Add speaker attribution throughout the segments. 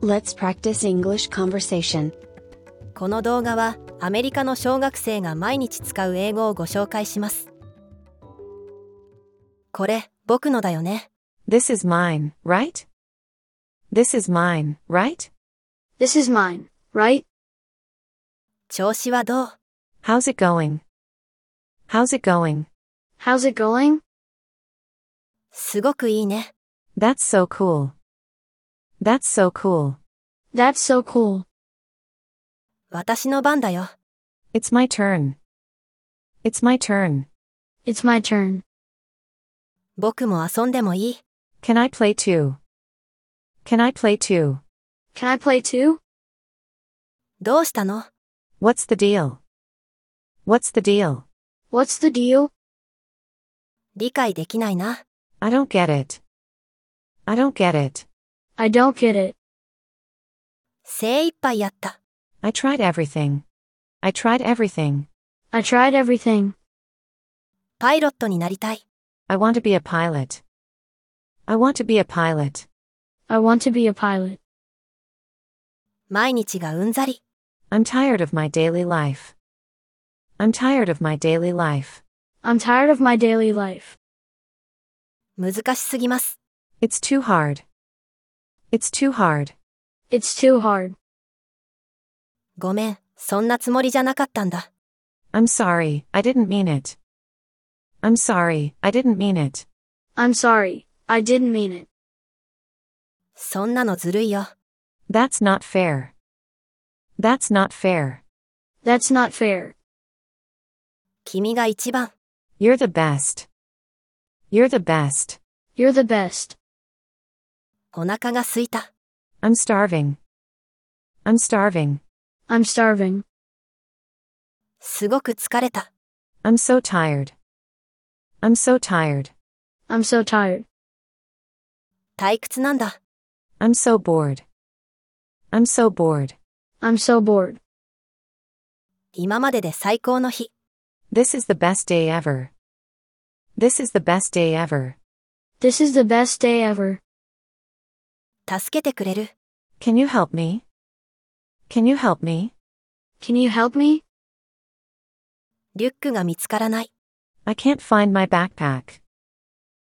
Speaker 1: Let's practice English conversation.
Speaker 2: この動画はアメリカの小学生が毎日使う英語をご紹介します。これ、僕のだよね。
Speaker 3: This is mine, right? This is mine, right?
Speaker 4: This is mine, right?
Speaker 2: 調子はどう
Speaker 3: How's it going? How's it going?
Speaker 4: How's it going?
Speaker 2: すごくいいね。
Speaker 3: That's so cool. That's so cool.
Speaker 4: That's so cool.
Speaker 2: 私の番だよ。
Speaker 3: It's my turn. It's my turn.
Speaker 4: It's my turn.
Speaker 2: 僕も遊んでもいい。
Speaker 3: Can I play too? Can I play too?
Speaker 4: Can I play too?
Speaker 2: どうしたの
Speaker 3: What's the deal? What's the deal?
Speaker 4: What's the deal?
Speaker 2: 理解できないな。
Speaker 3: I don't get it. I don't get it.
Speaker 4: I don't get it.
Speaker 2: 精一杯やった。
Speaker 3: I tried everything. I tried everything.
Speaker 4: I tried everything.
Speaker 2: パイロットになりたい。
Speaker 3: I want to be a pilot. I want to be a pilot.
Speaker 4: I want to be a pilot.
Speaker 2: 毎日がうんざり。
Speaker 3: I'm tired of my daily life. I'm tired of my daily life.
Speaker 4: I'm tired of my daily life.
Speaker 2: 難しすぎます。
Speaker 3: It's too hard. It's too hard.
Speaker 4: It's too hard.
Speaker 2: ごめん、そんなつもりじゃなかったんだ。
Speaker 3: I'm sorry, I didn't mean it. I'm sorry, I didn't mean it.
Speaker 4: I'm sorry. I didn't mean it.
Speaker 2: そんなのずるいよ。
Speaker 3: That's not fair. That's not fair.
Speaker 4: That's not fair.
Speaker 2: 君が一番。
Speaker 3: You're the best. You're the best.
Speaker 4: You're the best.
Speaker 2: お腹が空いた。
Speaker 3: I'm starving. I'm starving.
Speaker 4: I'm starving.
Speaker 2: すごく疲れた。
Speaker 3: I'm so tired. I'm so tired.
Speaker 4: I'm so tired.
Speaker 2: 退屈なんだ。
Speaker 3: I'm so bored. I'm so bored.
Speaker 4: I'm so bored.
Speaker 2: 今までで最高の日。
Speaker 3: This is the best day ever. This is the best day ever.
Speaker 4: This is the best day ever.
Speaker 2: 助けてくれる。
Speaker 3: Can you help me? Can you help me?
Speaker 4: Can you help me?
Speaker 2: リュックが見つからない。
Speaker 3: I can't find my backpack.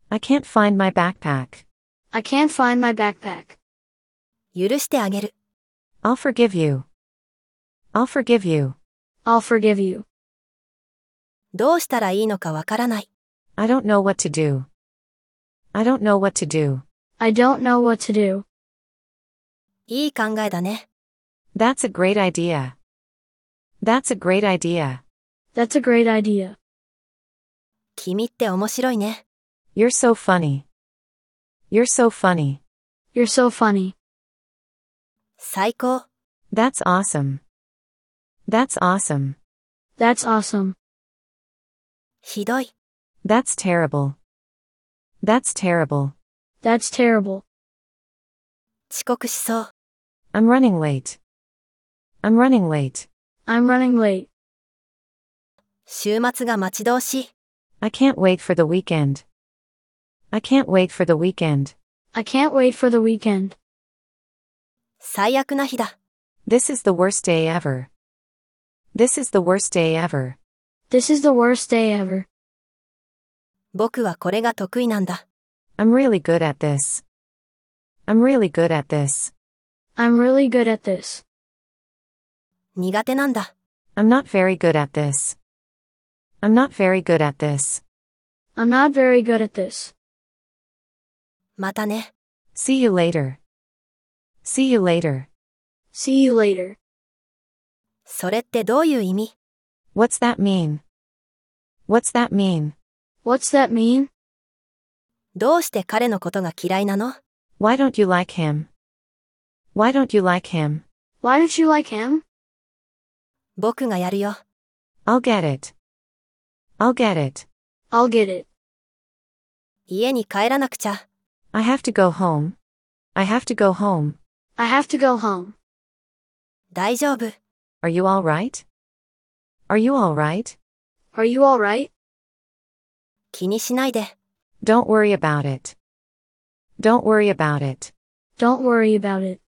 Speaker 3: I can't find my backpack.
Speaker 4: I can't find my backpack.
Speaker 2: 許してあげる。
Speaker 3: I'll forgive you. I'll forgive you.
Speaker 4: I'll forgive you.
Speaker 2: どうしたらいいのかわからない。
Speaker 3: I don't know what to do. I don't know what to do.
Speaker 4: I don't know what to do.
Speaker 2: いい考えだね。
Speaker 3: That's a great idea. That's a great idea.
Speaker 4: That's a great idea.
Speaker 2: 君って面白いね。
Speaker 3: You're so funny. You're so funny.
Speaker 4: You're so funny.
Speaker 2: 最高。
Speaker 3: That's awesome. That's awesome.
Speaker 4: That's awesome.
Speaker 2: ひどい。
Speaker 3: That's terrible. That's terrible.
Speaker 4: That's terrible.
Speaker 2: 遅刻しそう。
Speaker 3: I'm running late. I'm running late.
Speaker 4: I'm running late.
Speaker 2: 週末が待ち遠しい。
Speaker 3: I can't wait for the weekend. I can't wait for the weekend.
Speaker 4: I can't wait for the weekend.
Speaker 2: 最悪な日だ。
Speaker 3: This is the worst day ever. This is the worst day ever.
Speaker 4: This is the worst day ever.
Speaker 2: 僕はこれが得意なんだ。
Speaker 3: I'm really good at this. I'm really good at this.
Speaker 4: I'm really good at this.
Speaker 2: 苦手なんだ。
Speaker 3: I'm not very good at this. I'm not very good at this.
Speaker 4: I'm not very good at this.
Speaker 2: またね。
Speaker 3: See you later. See you later.
Speaker 4: See you later.
Speaker 2: それってどういう意味
Speaker 3: What's that mean? What's that mean?
Speaker 4: What's that mean?
Speaker 2: どうして彼のことが嫌いなの
Speaker 3: Why don't you like him? Why don't you like him?
Speaker 4: Why don't you like him?
Speaker 2: 僕がやるよ。
Speaker 3: I'll get it. I'll get it.
Speaker 4: I'll get it.
Speaker 2: 家に帰らなくちゃ。
Speaker 3: I have to go home. I have to go home.
Speaker 4: I have to go home.
Speaker 2: 大丈夫。
Speaker 3: Are you all right? Are you all right?
Speaker 4: Are you alright?
Speaker 2: 気にしないで。
Speaker 3: Don't worry about it. Don't worry about it.
Speaker 4: Don't worry about it.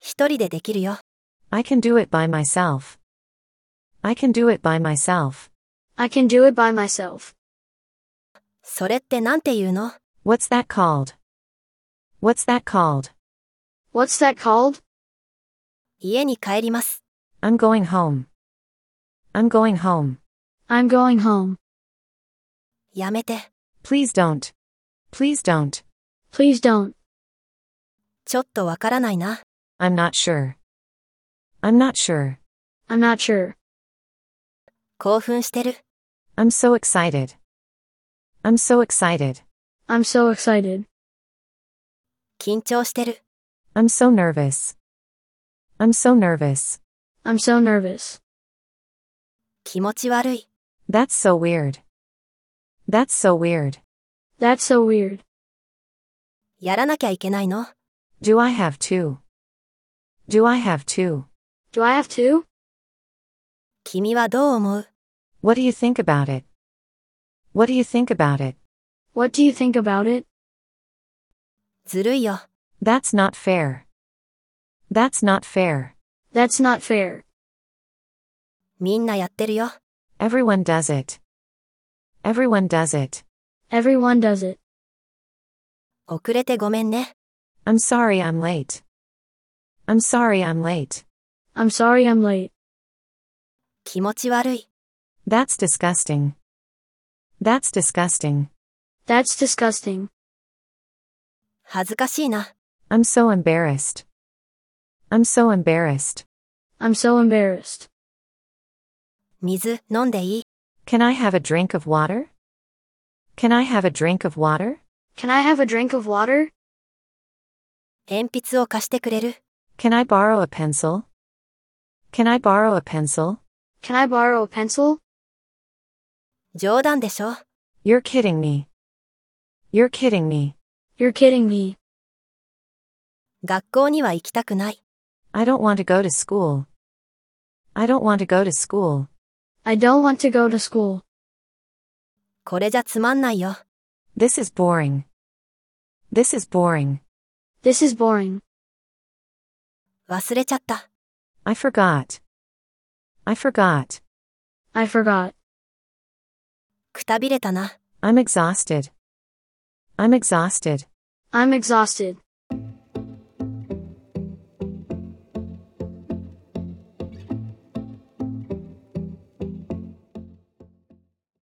Speaker 2: 一人でできるよ。
Speaker 3: I can do it by myself. I can do it by myself.
Speaker 4: I can do it by myself.
Speaker 2: それってなんて言うの
Speaker 3: What's that called? What's that called?
Speaker 4: What's that called?
Speaker 2: 家に帰ります。
Speaker 3: I'm going home. I'm going home.
Speaker 4: I'm going home.
Speaker 2: やめて。
Speaker 3: Please don't. Please don't.
Speaker 4: Please don't.
Speaker 2: ちょっとわからないな。
Speaker 3: I'm not sure. I'm not sure.
Speaker 4: I'm not sure.
Speaker 2: 興奮してる。
Speaker 3: I'm so excited. I'm so excited.
Speaker 4: I'm so excited.
Speaker 2: 緊張してる。
Speaker 3: I'm so nervous. I'm so nervous.
Speaker 4: I'm so nervous.
Speaker 2: 気持ち悪い。
Speaker 3: That's so weird. That's so weird.
Speaker 4: That's so weird.
Speaker 2: やらなきゃいけないの
Speaker 3: Do I have to? Do I have to?
Speaker 4: Do I have to?
Speaker 2: 君はどう思う
Speaker 3: What do you think about it? What do you think about it?
Speaker 4: What do you think about it?
Speaker 2: ずるいよ。
Speaker 3: That's not fair. That's not fair.
Speaker 4: That's not fair.
Speaker 2: みんなやってるよ。
Speaker 3: Everyone does it. Everyone does it.
Speaker 4: Everyone does it.
Speaker 2: 遅れてごめんね。
Speaker 3: I'm sorry I'm late. I'm sorry I'm late.
Speaker 4: I'm sorry I'm late.
Speaker 2: 気持ち悪い。
Speaker 3: That's disgusting. That's disgusting.
Speaker 4: That's disgusting.
Speaker 2: 恥ずかしいな。
Speaker 3: I'm so embarrassed. I'm so embarrassed.
Speaker 4: I'm so embarrassed.
Speaker 2: 水、飲んでいい
Speaker 3: Can I have a drink of water? Can I have a drink of water?
Speaker 4: Can I have a drink of water?
Speaker 2: 鉛筆を貸してくれる
Speaker 3: Can I borrow a pencil? Can I borrow a pencil?
Speaker 4: Can I borrow a pencil?
Speaker 2: 冗談でしょ
Speaker 3: You're kidding me. You're kidding me.
Speaker 4: You're kidding me.
Speaker 2: 学校には行きたくない。
Speaker 3: I don't want to go to school. I don't want to go to school.
Speaker 4: I don't want to go to school.
Speaker 2: これじゃつまんないよ。
Speaker 3: This is boring. This is boring.
Speaker 4: This is boring.
Speaker 2: 忘れちゃった。
Speaker 3: I forgot. I forgot.
Speaker 4: I forgot.
Speaker 2: くたびれたな。
Speaker 3: I'm exhausted. I'm exhausted.
Speaker 4: I'm exhausted.